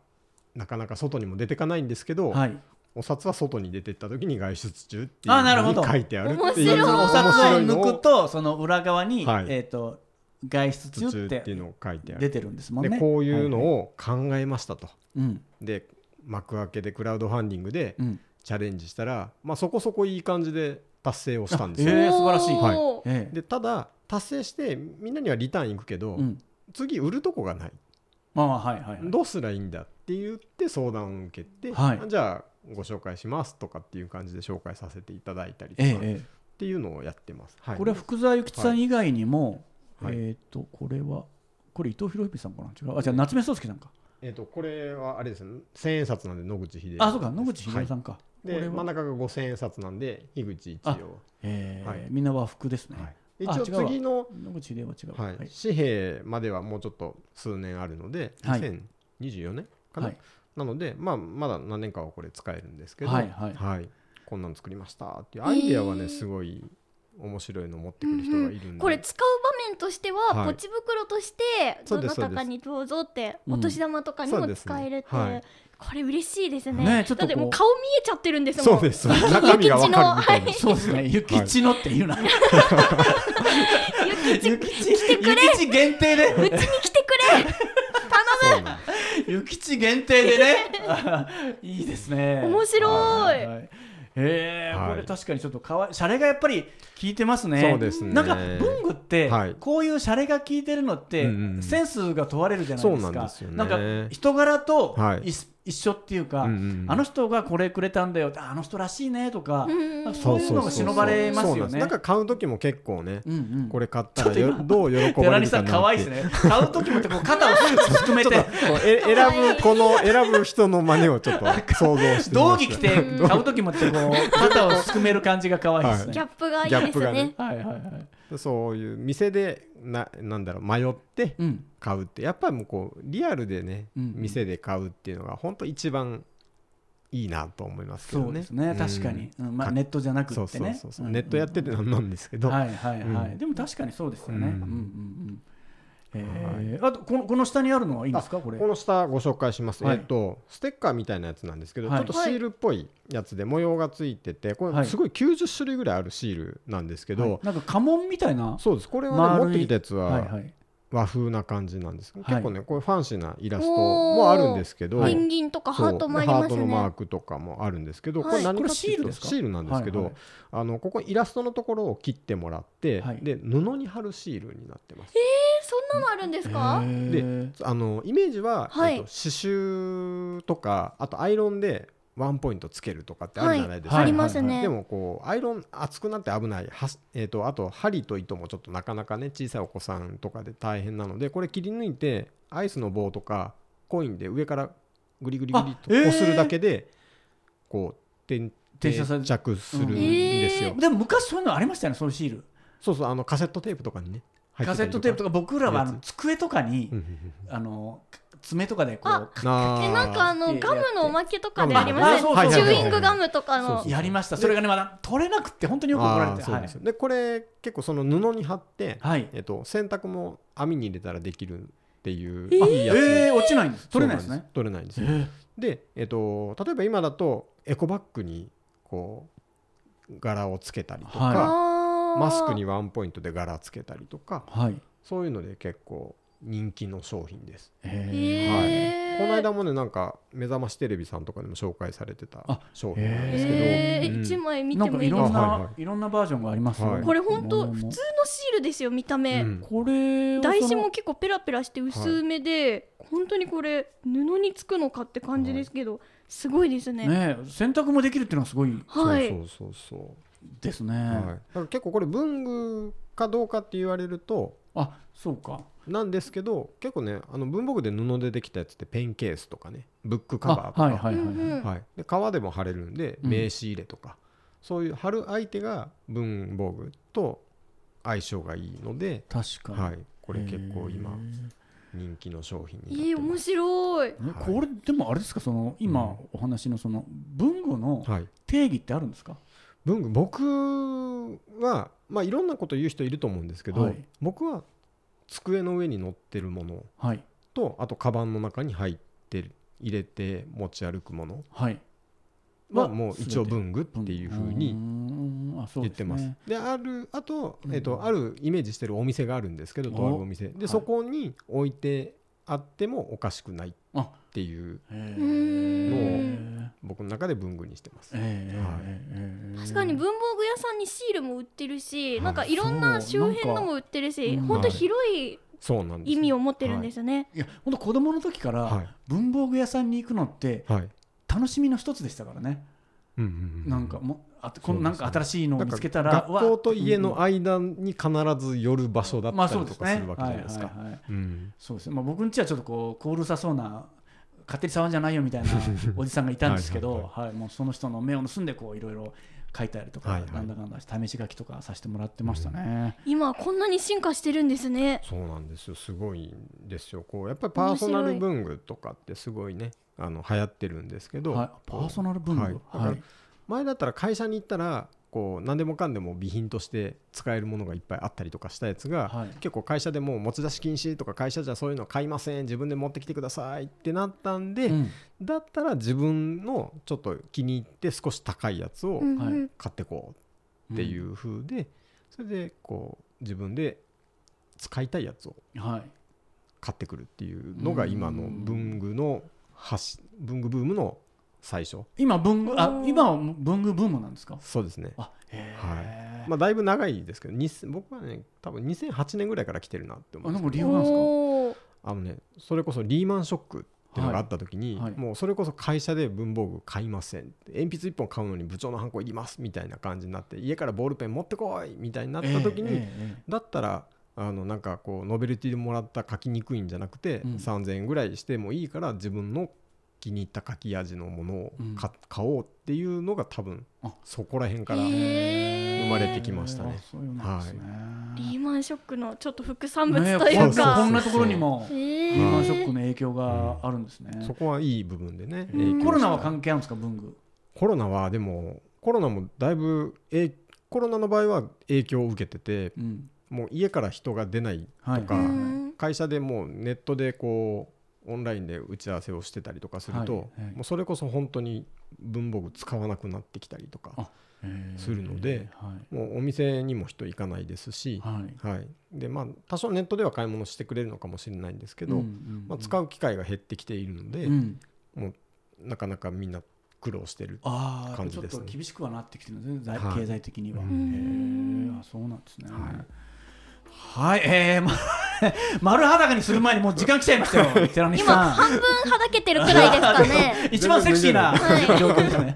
[SPEAKER 3] なかなか外にも出てかないんですけど、
[SPEAKER 1] はい、
[SPEAKER 3] お札は外に出てった時に外出中っていう
[SPEAKER 1] あなるほ
[SPEAKER 3] ふ
[SPEAKER 1] ど
[SPEAKER 3] うに書いてあるっていう
[SPEAKER 2] 面白い
[SPEAKER 1] そのお札を
[SPEAKER 3] 面白いの
[SPEAKER 1] 抜くとその裏側に、
[SPEAKER 3] はい
[SPEAKER 1] えっ、と外出
[SPEAKER 3] 出
[SPEAKER 1] 中っ
[SPEAKER 3] 中っていう
[SPEAKER 1] て
[SPEAKER 3] のを書いてあ
[SPEAKER 1] 出
[SPEAKER 3] る
[SPEAKER 1] てるんですもんね。
[SPEAKER 3] でこういうの
[SPEAKER 1] は
[SPEAKER 3] を考えましたと、
[SPEAKER 1] いうん
[SPEAKER 3] で幕開けでクラウドファンディングで
[SPEAKER 1] うん。
[SPEAKER 3] チャレンジしたら、まあ、そこそこいい感じで達成をしたんです
[SPEAKER 1] え
[SPEAKER 3] よ、
[SPEAKER 1] ー素晴らしい
[SPEAKER 2] おー
[SPEAKER 3] はい
[SPEAKER 1] ええ
[SPEAKER 3] でただ達成してみんなにはリターンいくけど、
[SPEAKER 1] うん。
[SPEAKER 3] 次売るとこがない
[SPEAKER 1] まあまあはいはいはい。
[SPEAKER 3] どうすりゃいいんだって言って相談を受けて、
[SPEAKER 1] はい
[SPEAKER 3] じゃあご紹介しますとかっていう感じで紹介させていただいたりと
[SPEAKER 1] え
[SPEAKER 3] か
[SPEAKER 1] ええ
[SPEAKER 3] っていうのをやってます、
[SPEAKER 1] え
[SPEAKER 3] はい
[SPEAKER 1] これは福沢諭吉さん以外にも、
[SPEAKER 3] はい
[SPEAKER 1] えっ、とこれはこれ伊藤博文さんかな違うあじゃあ夏目漱石さんか。
[SPEAKER 3] えー、とこれはあれですね千円札なんで野口秀夫
[SPEAKER 1] あそうか野口英世さ
[SPEAKER 3] は
[SPEAKER 1] んか。
[SPEAKER 3] い
[SPEAKER 1] こ
[SPEAKER 3] で
[SPEAKER 1] れ
[SPEAKER 3] 真ん
[SPEAKER 1] は、
[SPEAKER 3] 中が五千円札なんで樋口一葉、
[SPEAKER 1] あええ
[SPEAKER 3] はい
[SPEAKER 1] みんな和服ですね。
[SPEAKER 3] はい、
[SPEAKER 1] あ
[SPEAKER 3] 一
[SPEAKER 1] 違
[SPEAKER 3] 応
[SPEAKER 1] うわ
[SPEAKER 3] 次の、
[SPEAKER 1] 野口英世は違う。
[SPEAKER 3] はい紙幣まではもうちょっと数年あるので、
[SPEAKER 1] はい
[SPEAKER 3] 2024年かな、
[SPEAKER 1] はい
[SPEAKER 3] なので、まあ、まだ何年かはこれ使えるんですけど、
[SPEAKER 1] はいはい
[SPEAKER 3] こんなの作りましたっていうアイデアはね、すごい面白いのを持ってくる人がいるんで、
[SPEAKER 2] これ使う場面としては、
[SPEAKER 3] はい
[SPEAKER 2] ポチ袋として
[SPEAKER 3] そ
[SPEAKER 2] ど
[SPEAKER 3] うで
[SPEAKER 2] な
[SPEAKER 3] す
[SPEAKER 2] たかにどうぞって
[SPEAKER 1] うん
[SPEAKER 2] お年玉とかに
[SPEAKER 3] そ
[SPEAKER 2] も
[SPEAKER 3] うですね
[SPEAKER 2] 使えるって、
[SPEAKER 3] はい
[SPEAKER 2] これ嬉しいですね
[SPEAKER 1] ねちょっとこう
[SPEAKER 2] だってもう顔見えちゃってるんですもん
[SPEAKER 3] そうです中身がわかるみ たいな、
[SPEAKER 1] そうです ね。諭吉のっていうな。諭吉、来てくれ。諭吉限定で。
[SPEAKER 2] うちに来てくれ
[SPEAKER 3] そうなんです
[SPEAKER 1] 諭吉限定でね あいいですね
[SPEAKER 2] 面白い
[SPEAKER 1] はえー
[SPEAKER 3] はい
[SPEAKER 1] これ確かにちょっとかわいシャレがやっぱり効いてますね
[SPEAKER 3] そうですね
[SPEAKER 1] なんか文具って、
[SPEAKER 3] はい
[SPEAKER 1] こういうシャレが効いてるのって、
[SPEAKER 3] うんうんうん
[SPEAKER 1] センスが問われるじゃないですか
[SPEAKER 3] そうなんですよね
[SPEAKER 1] んか人柄と、
[SPEAKER 3] はい
[SPEAKER 1] いす一緒っていうか、
[SPEAKER 3] うんうん
[SPEAKER 1] あの人がこれくれたんだよああの人らしいねとか、
[SPEAKER 2] うん
[SPEAKER 1] なんかそういうのが忍ばれます
[SPEAKER 3] そう
[SPEAKER 1] よ
[SPEAKER 3] なんで
[SPEAKER 1] ね。
[SPEAKER 3] なんか買う時も結構ね、
[SPEAKER 1] うんうん
[SPEAKER 3] これ買っ
[SPEAKER 1] ちょっ
[SPEAKER 3] たら
[SPEAKER 1] と
[SPEAKER 3] よ
[SPEAKER 1] 今
[SPEAKER 3] どう喜ばれるか
[SPEAKER 1] 寺
[SPEAKER 3] なって
[SPEAKER 1] 西さん可愛いですね。買う時もってこう肩を含め
[SPEAKER 3] ちょっと
[SPEAKER 1] て
[SPEAKER 3] こうえ選ぶこの選ぶ人の真似をちょっと想像してみ
[SPEAKER 1] 道
[SPEAKER 3] ま
[SPEAKER 1] 着
[SPEAKER 3] し
[SPEAKER 1] 着
[SPEAKER 3] た
[SPEAKER 1] て買う時もってこう肩をすくめる感じが可愛いです
[SPEAKER 3] は
[SPEAKER 1] ね。
[SPEAKER 2] ギャップがいいで
[SPEAKER 3] ギャップ
[SPEAKER 2] す
[SPEAKER 3] が
[SPEAKER 2] ね
[SPEAKER 3] ね。
[SPEAKER 1] はいはいはい。
[SPEAKER 3] そういう店でななんだろう迷って
[SPEAKER 1] うん。
[SPEAKER 3] 買うってやっぱりもうこうリアルでね、
[SPEAKER 1] うん
[SPEAKER 3] 店で買うっていうのが本当一番いいなと思いますけどね
[SPEAKER 1] そうですね。確かに。うんまあ
[SPEAKER 3] か
[SPEAKER 1] ネットじゃなく
[SPEAKER 3] そう
[SPEAKER 1] って
[SPEAKER 3] そう
[SPEAKER 1] ね
[SPEAKER 3] そう。そうネットやってて
[SPEAKER 1] うん
[SPEAKER 3] なんなんですけど、
[SPEAKER 1] はいはいは
[SPEAKER 3] う
[SPEAKER 1] い。
[SPEAKER 3] ん
[SPEAKER 1] でも確かにそうですよね。うう
[SPEAKER 3] うんん
[SPEAKER 1] んうん。えーあとこのこの下にあるのはいいんですかこれ。
[SPEAKER 3] この下ご紹介します、
[SPEAKER 1] はい
[SPEAKER 3] えっとステッカーみたいなやつなんですけど、
[SPEAKER 1] はい
[SPEAKER 3] ちょっとシールっぽいやつで模様がついててこ
[SPEAKER 1] は
[SPEAKER 3] れ
[SPEAKER 1] い
[SPEAKER 3] すごい90種類ぐらいあるシールなんですけど、
[SPEAKER 1] はいなんか家紋みたいな。
[SPEAKER 3] そうですこれは、
[SPEAKER 1] 丸い
[SPEAKER 3] ね、持ってきたやつ
[SPEAKER 1] はいは。
[SPEAKER 3] はい和風な感じなんですけど、
[SPEAKER 1] はい
[SPEAKER 3] 結構ねこういうファンシーなイラストもあるんですけど、
[SPEAKER 1] おーはい
[SPEAKER 2] ペンギンとか
[SPEAKER 3] そう
[SPEAKER 2] ハートもあります
[SPEAKER 3] ハートのマー
[SPEAKER 2] ね。
[SPEAKER 3] クとかもあるんですけど、
[SPEAKER 2] はい
[SPEAKER 3] これ何
[SPEAKER 1] これ
[SPEAKER 3] かっていう
[SPEAKER 1] シール
[SPEAKER 3] と
[SPEAKER 1] ですか
[SPEAKER 3] シールなんですけど、
[SPEAKER 1] はいはい
[SPEAKER 3] あのここイラストのところを切ってもらって、
[SPEAKER 1] はい
[SPEAKER 3] で布に貼るシールになってます。
[SPEAKER 2] えそんなのあるんですか？
[SPEAKER 1] へー
[SPEAKER 3] あのイメージは、
[SPEAKER 2] はい
[SPEAKER 3] えっと、刺繍とかあとアイロンでワンポイントつけるとかってあ
[SPEAKER 2] は
[SPEAKER 3] る
[SPEAKER 2] い、
[SPEAKER 3] じゃないですか。
[SPEAKER 2] あります
[SPEAKER 1] は
[SPEAKER 2] ね。
[SPEAKER 3] でもこうアイロン熱くなって危ないはす、えー、とあと針と糸もちょっとなかなかね小さいお子さんとかで大変なのでこれ切り抜いてアイスの棒とかコインで上からグリグリグリ
[SPEAKER 1] あ
[SPEAKER 3] と
[SPEAKER 1] えー
[SPEAKER 3] こするだけでこうてん
[SPEAKER 1] 停
[SPEAKER 3] 定
[SPEAKER 1] 車され
[SPEAKER 3] 着するん
[SPEAKER 1] うん
[SPEAKER 3] ですよ、
[SPEAKER 1] でも昔そういうのありましたよねそういうシール。
[SPEAKER 3] そうそうあのカセットテープとかにね
[SPEAKER 1] カ
[SPEAKER 3] 入ってた
[SPEAKER 1] セ
[SPEAKER 3] り
[SPEAKER 1] ットテープとか僕らはあの
[SPEAKER 3] や
[SPEAKER 1] 机とかに
[SPEAKER 3] うんうんうん
[SPEAKER 1] あの爪とかでこう
[SPEAKER 2] あ
[SPEAKER 3] あー
[SPEAKER 2] えなんかあ
[SPEAKER 1] やっ
[SPEAKER 2] の
[SPEAKER 1] て
[SPEAKER 2] ガムのおまけとかであり
[SPEAKER 1] ガム
[SPEAKER 2] ま
[SPEAKER 1] あ
[SPEAKER 2] す
[SPEAKER 1] そう
[SPEAKER 2] ね。
[SPEAKER 1] そう
[SPEAKER 3] はい
[SPEAKER 2] チ
[SPEAKER 3] はい
[SPEAKER 2] ュ
[SPEAKER 3] はい
[SPEAKER 2] ーイングガムとかの
[SPEAKER 3] そうそう
[SPEAKER 1] やりました。それがねまだ取れなくって本当によく怒られ
[SPEAKER 3] あー
[SPEAKER 1] て。
[SPEAKER 3] そう
[SPEAKER 1] は
[SPEAKER 3] で
[SPEAKER 1] い
[SPEAKER 3] すよでこれ結構その布に貼って、
[SPEAKER 1] はい。
[SPEAKER 3] えっと洗濯も網に入れたらできるっていう、
[SPEAKER 1] あ
[SPEAKER 3] いいやつ、
[SPEAKER 1] えー落ちないんです。取れないです
[SPEAKER 3] そう
[SPEAKER 1] ね。
[SPEAKER 3] ん取れないんです
[SPEAKER 1] え
[SPEAKER 3] よ
[SPEAKER 1] ー
[SPEAKER 3] で、えっと、例えば今だとエコバッグにこう柄をつけたりとか、
[SPEAKER 1] は
[SPEAKER 3] マ
[SPEAKER 2] マ
[SPEAKER 3] スクにワンポイントで柄つけたりとか
[SPEAKER 1] はい。
[SPEAKER 3] そういうので結構人気の商品です、
[SPEAKER 1] えー
[SPEAKER 2] へー
[SPEAKER 3] はい、この間もねなんか「目覚ましテレビ」さんとかでも紹介されてた
[SPEAKER 1] あ
[SPEAKER 3] 商品なんですけど、
[SPEAKER 2] え
[SPEAKER 3] うん
[SPEAKER 2] ー一枚見
[SPEAKER 1] な
[SPEAKER 2] て
[SPEAKER 1] ん
[SPEAKER 2] も
[SPEAKER 1] か
[SPEAKER 2] い
[SPEAKER 1] い
[SPEAKER 2] いで
[SPEAKER 1] ろ
[SPEAKER 2] す
[SPEAKER 1] ん
[SPEAKER 2] か
[SPEAKER 3] あ
[SPEAKER 1] な、、
[SPEAKER 3] はいはい
[SPEAKER 1] ろんなバージョンがあります
[SPEAKER 3] は
[SPEAKER 1] よ。
[SPEAKER 3] い
[SPEAKER 2] これ本当
[SPEAKER 1] もう
[SPEAKER 2] 普通
[SPEAKER 1] も
[SPEAKER 2] の
[SPEAKER 1] う
[SPEAKER 2] シールですよ見た目、
[SPEAKER 3] うん
[SPEAKER 1] これを
[SPEAKER 2] 台
[SPEAKER 1] そ
[SPEAKER 2] 紙
[SPEAKER 1] の
[SPEAKER 2] も結構ペラペラして薄めで、本当にこれ布につくのかって感じですけど、すごいですね
[SPEAKER 1] ね洗濯もできるっていうのはすごい
[SPEAKER 2] はい
[SPEAKER 3] そうそうそうそう
[SPEAKER 1] ですね。
[SPEAKER 3] はい、だから結構これ文具かどうかって言われると
[SPEAKER 1] あそうか。
[SPEAKER 3] なんですけど結構ねあの文房具で布でできたやつってペンケースとかねブックカ
[SPEAKER 1] あ
[SPEAKER 3] バーとか、
[SPEAKER 1] はいはいはい。
[SPEAKER 2] うんうん
[SPEAKER 3] はい、で革でも貼れるんで
[SPEAKER 1] うん
[SPEAKER 3] 名刺入れとか、そういう貼る相手が文房具と相性がいいので、
[SPEAKER 1] 確かに。
[SPEAKER 3] はい、これ結構
[SPEAKER 1] へ
[SPEAKER 3] 今
[SPEAKER 1] ー
[SPEAKER 3] 人気の商品に
[SPEAKER 2] えー、
[SPEAKER 3] なってま
[SPEAKER 2] 面
[SPEAKER 3] す。
[SPEAKER 2] 白い
[SPEAKER 1] ね
[SPEAKER 3] はい
[SPEAKER 1] これでもあれですかその
[SPEAKER 3] う
[SPEAKER 1] 今
[SPEAKER 3] ん
[SPEAKER 1] お話のその文具の
[SPEAKER 3] はい、
[SPEAKER 1] 定義ってあるんですか、
[SPEAKER 3] 文具僕は、まあ、いろんなこと言う人いると思うんですけど、
[SPEAKER 1] はい
[SPEAKER 3] 僕は机の上に乗ってるもの
[SPEAKER 1] はい
[SPEAKER 3] とあとカバンの中に入ってる入れて持ち歩くもの
[SPEAKER 1] はい
[SPEAKER 3] は
[SPEAKER 1] は
[SPEAKER 3] もう一応文具っていうふうに
[SPEAKER 1] に
[SPEAKER 3] 言ってます。であるあと、えっ
[SPEAKER 1] う
[SPEAKER 3] と
[SPEAKER 1] ん
[SPEAKER 3] あるイメージしてるお店があるんですけど、
[SPEAKER 1] お
[SPEAKER 3] とあるお店
[SPEAKER 1] はい
[SPEAKER 3] でそこに置いてあってもおかしくないっ
[SPEAKER 1] あ
[SPEAKER 3] ていう
[SPEAKER 1] へー
[SPEAKER 2] うー
[SPEAKER 1] え
[SPEAKER 3] 僕の中で文具にしてます。
[SPEAKER 1] え
[SPEAKER 3] はい
[SPEAKER 1] ええ
[SPEAKER 2] 確かに文房具屋さんにシールも売ってるし、
[SPEAKER 3] はい
[SPEAKER 2] なんかいろんな周辺のも売ってる
[SPEAKER 1] そう
[SPEAKER 2] し、
[SPEAKER 1] なんか
[SPEAKER 2] 本当広い
[SPEAKER 3] そうなんです。
[SPEAKER 2] 意味を持ってるんですよね。
[SPEAKER 1] いや本当子供の時か
[SPEAKER 3] は
[SPEAKER 1] ら
[SPEAKER 3] い
[SPEAKER 1] 文房具屋さんに行くのって
[SPEAKER 3] はい。
[SPEAKER 1] 楽しみの一つでしたからね、
[SPEAKER 3] うんうんう
[SPEAKER 1] なんかもうあとこの
[SPEAKER 3] そうですね
[SPEAKER 1] なんか新しいのを
[SPEAKER 3] なん
[SPEAKER 1] 見
[SPEAKER 3] か
[SPEAKER 1] つけたら
[SPEAKER 3] 学校と家
[SPEAKER 1] わ
[SPEAKER 3] の間に必ず寄る場所だ
[SPEAKER 1] まあ
[SPEAKER 3] った
[SPEAKER 1] そう
[SPEAKER 3] り
[SPEAKER 1] で
[SPEAKER 3] と
[SPEAKER 1] す
[SPEAKER 3] か
[SPEAKER 1] ね
[SPEAKER 3] するわけじゃないです
[SPEAKER 1] は
[SPEAKER 3] か。
[SPEAKER 1] いはいはい
[SPEAKER 3] うん
[SPEAKER 1] そうですね、まあ、僕ん家はちょっとこうこううるさそうな勝手に触んじゃないよみたい なおじさんがいたんですけど
[SPEAKER 3] はいは
[SPEAKER 1] はいもうその人の目を盗んでこういろいろ書いたりとか、
[SPEAKER 3] はいはい
[SPEAKER 1] なんだかんだ試し書きとかさせてもらってましたね。
[SPEAKER 2] 今こんなに進化してるんですね。
[SPEAKER 3] そうなんですよすごいんですよこうやっぱりパーソナル文具とかってすごいねあの流行ってるんですけど、
[SPEAKER 1] はい、パーソナル文具、
[SPEAKER 3] はいだから
[SPEAKER 1] はい
[SPEAKER 3] 前だったら会社に行ったらこう何でもかんでも備品として使えるものがいっぱいあったりとかしたやつが、
[SPEAKER 1] はい
[SPEAKER 3] 結構会社でもう持ち出し禁止とか会社じゃそういうの買いません自分で持ってきてくださいってなったんで、
[SPEAKER 1] うん
[SPEAKER 3] だったら自分のちょっと気に入って少し高いやつを
[SPEAKER 2] うんうん
[SPEAKER 1] はい
[SPEAKER 3] 買ってこうっていう風で、それでこう自分で使いたいやつを
[SPEAKER 1] はい
[SPEAKER 3] 買ってくるっていうのが今の文具の発文具ブームの最初
[SPEAKER 1] 今文具あ
[SPEAKER 2] おー
[SPEAKER 1] 今は文具ブームなんですか
[SPEAKER 3] そうですね
[SPEAKER 1] あへえ、
[SPEAKER 3] まあ、だいぶ長いですけど2000僕はね多分2008年ぐらいから来てるなって思
[SPEAKER 1] あ
[SPEAKER 3] うん
[SPEAKER 1] な
[SPEAKER 3] で
[SPEAKER 1] んか
[SPEAKER 3] すけど
[SPEAKER 1] 理由なんですか
[SPEAKER 2] おー
[SPEAKER 3] あのねそれこそリーマンショックっっていうのがあった時に、
[SPEAKER 1] はいはい
[SPEAKER 3] もうそれこそ会社で文房具買いません鉛筆1本買うのに部長のハンコいりますみたいな感じになって家からボールペン持ってこいみたいになった時に、
[SPEAKER 1] ええええ
[SPEAKER 3] だったらあのなんかこうノベルティでもらった書きにくいんじゃなくて、
[SPEAKER 1] うん
[SPEAKER 3] 3,000円ぐらいしてもいいから自分の気に入った書き味のものをか買おうっていうのが多分
[SPEAKER 1] あ
[SPEAKER 3] そこら辺から
[SPEAKER 2] へー
[SPEAKER 3] 生まれてきましたね
[SPEAKER 1] あ。そういうのなんですね。
[SPEAKER 2] リーマンショックのちょっと副産物
[SPEAKER 1] ね
[SPEAKER 2] という
[SPEAKER 3] そう
[SPEAKER 1] こ
[SPEAKER 2] か
[SPEAKER 1] んなところにも
[SPEAKER 2] へ
[SPEAKER 1] リ
[SPEAKER 2] ー
[SPEAKER 1] ーマンショックの影響があるんですね。
[SPEAKER 3] そこはいい部分でね、
[SPEAKER 1] うん
[SPEAKER 3] 影響した
[SPEAKER 1] コロナは関係あるんですか文具。
[SPEAKER 3] コロナはでもコロナもだいぶえコロナの場合は影響を受けてて
[SPEAKER 1] うん。
[SPEAKER 3] もう家から人が出ない
[SPEAKER 1] はい
[SPEAKER 3] とか、
[SPEAKER 1] う
[SPEAKER 3] 会社でもうネットでこうオンラインで打ち合わせをしてたりとかすると、
[SPEAKER 1] はいはい
[SPEAKER 3] もうそれこそ本当に文房具使わなくなってきたりと
[SPEAKER 1] あ
[SPEAKER 3] か
[SPEAKER 1] えー
[SPEAKER 3] するので
[SPEAKER 1] はい。
[SPEAKER 3] もうお店にも人行かないですし、
[SPEAKER 1] はい。
[SPEAKER 3] はいでまあ、多少ネットでは買い物してくれるのかもしれないんですけど、まあ、使
[SPEAKER 1] う
[SPEAKER 3] う機会が減ってきているので、
[SPEAKER 1] ん。うん
[SPEAKER 3] なかなかみんな苦労してる
[SPEAKER 1] ああ、
[SPEAKER 3] 感
[SPEAKER 1] ち
[SPEAKER 3] じ
[SPEAKER 1] ょっ
[SPEAKER 3] ですね
[SPEAKER 1] と厳しくはなってきてるんですね、財
[SPEAKER 3] はい
[SPEAKER 1] 経済的には。へ
[SPEAKER 3] う
[SPEAKER 2] ん
[SPEAKER 1] え、あそうなんですね。
[SPEAKER 3] は
[SPEAKER 1] はい、えーま、 丸裸にする前にもう時間来ちゃいました よ、寺西
[SPEAKER 2] 今
[SPEAKER 1] さん。
[SPEAKER 2] 半分 はだけてるくらいですかね
[SPEAKER 1] 一番セクシーな
[SPEAKER 2] 全然
[SPEAKER 1] 状況ですね。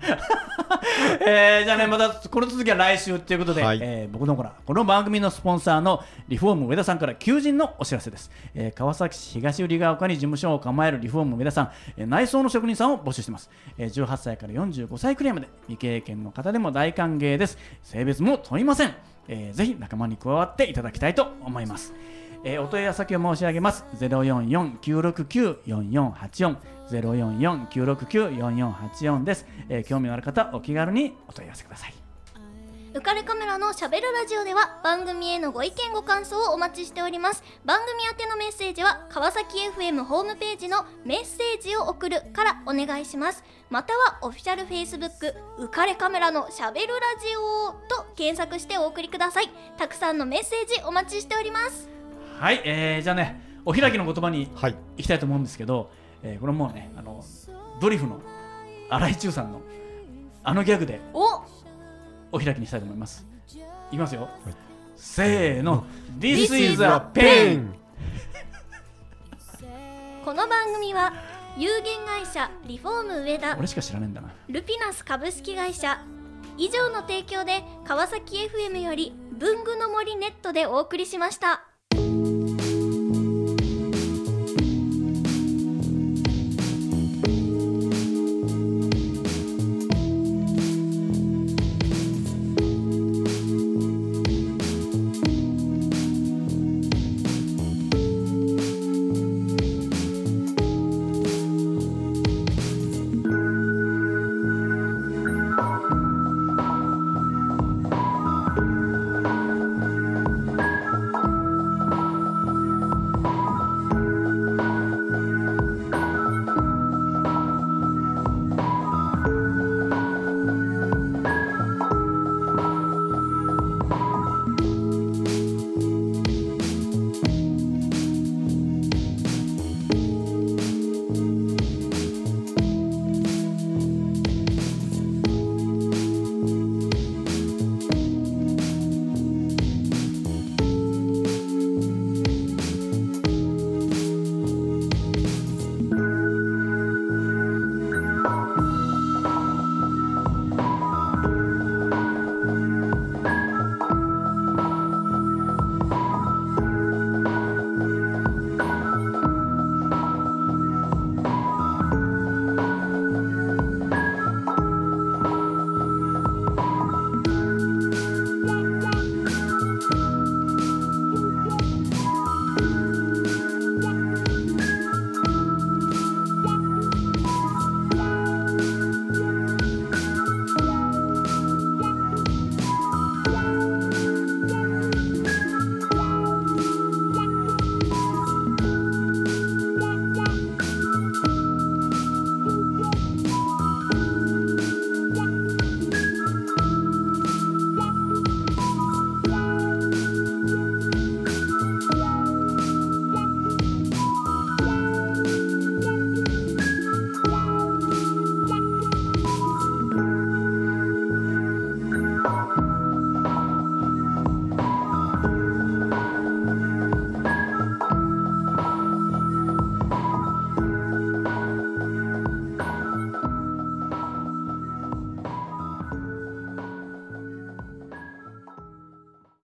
[SPEAKER 1] えーじゃあねまたこの続きは来週ということで、
[SPEAKER 3] はい
[SPEAKER 1] えー僕のほらこの番組のスポンサーのリフォーム上田さんから求人のお知らせです、えー川崎市東売ヶ丘に事務所を構えるリフォーム上田さん、えー内装の職人さんを募集してます、えー18歳から45歳くらいまで未経験の方でも大歓迎です性別も問いません、えーぜひ仲間に加わっていただきたいと思いますえーお問い合わせ先を申し上げます。044-969-4484。044-969-4484です、えー興味のある方、お気軽にお問い合わせください。
[SPEAKER 2] 浮かれカメラのしゃべるラジオでは番組へのご意見ご感想をお待ちしております番組宛てのメッセージは川崎 FM ホームページのメッセージを送るからお願いしますまたはオフィシャル Facebook 浮かれカメラのしゃべるラジオと検索してお送りくださいたくさんのメッセージお待ちしております
[SPEAKER 1] はい、えーじゃあね、お開きの言葉に
[SPEAKER 3] はい
[SPEAKER 1] いきたいと思うんですけど、えーこれもうね、あの、ドリフの荒井中さんのあのギャグで
[SPEAKER 2] お
[SPEAKER 1] お開きにしたいと思います。いきますよ。せーの、This is a pain!
[SPEAKER 3] ペン
[SPEAKER 2] この番組は有限会社リフォーム上田
[SPEAKER 1] 俺しか知らねえんだな。
[SPEAKER 2] ルピナス株式会社以上の提供で川崎 FM より文具の森ネットでお送りしました。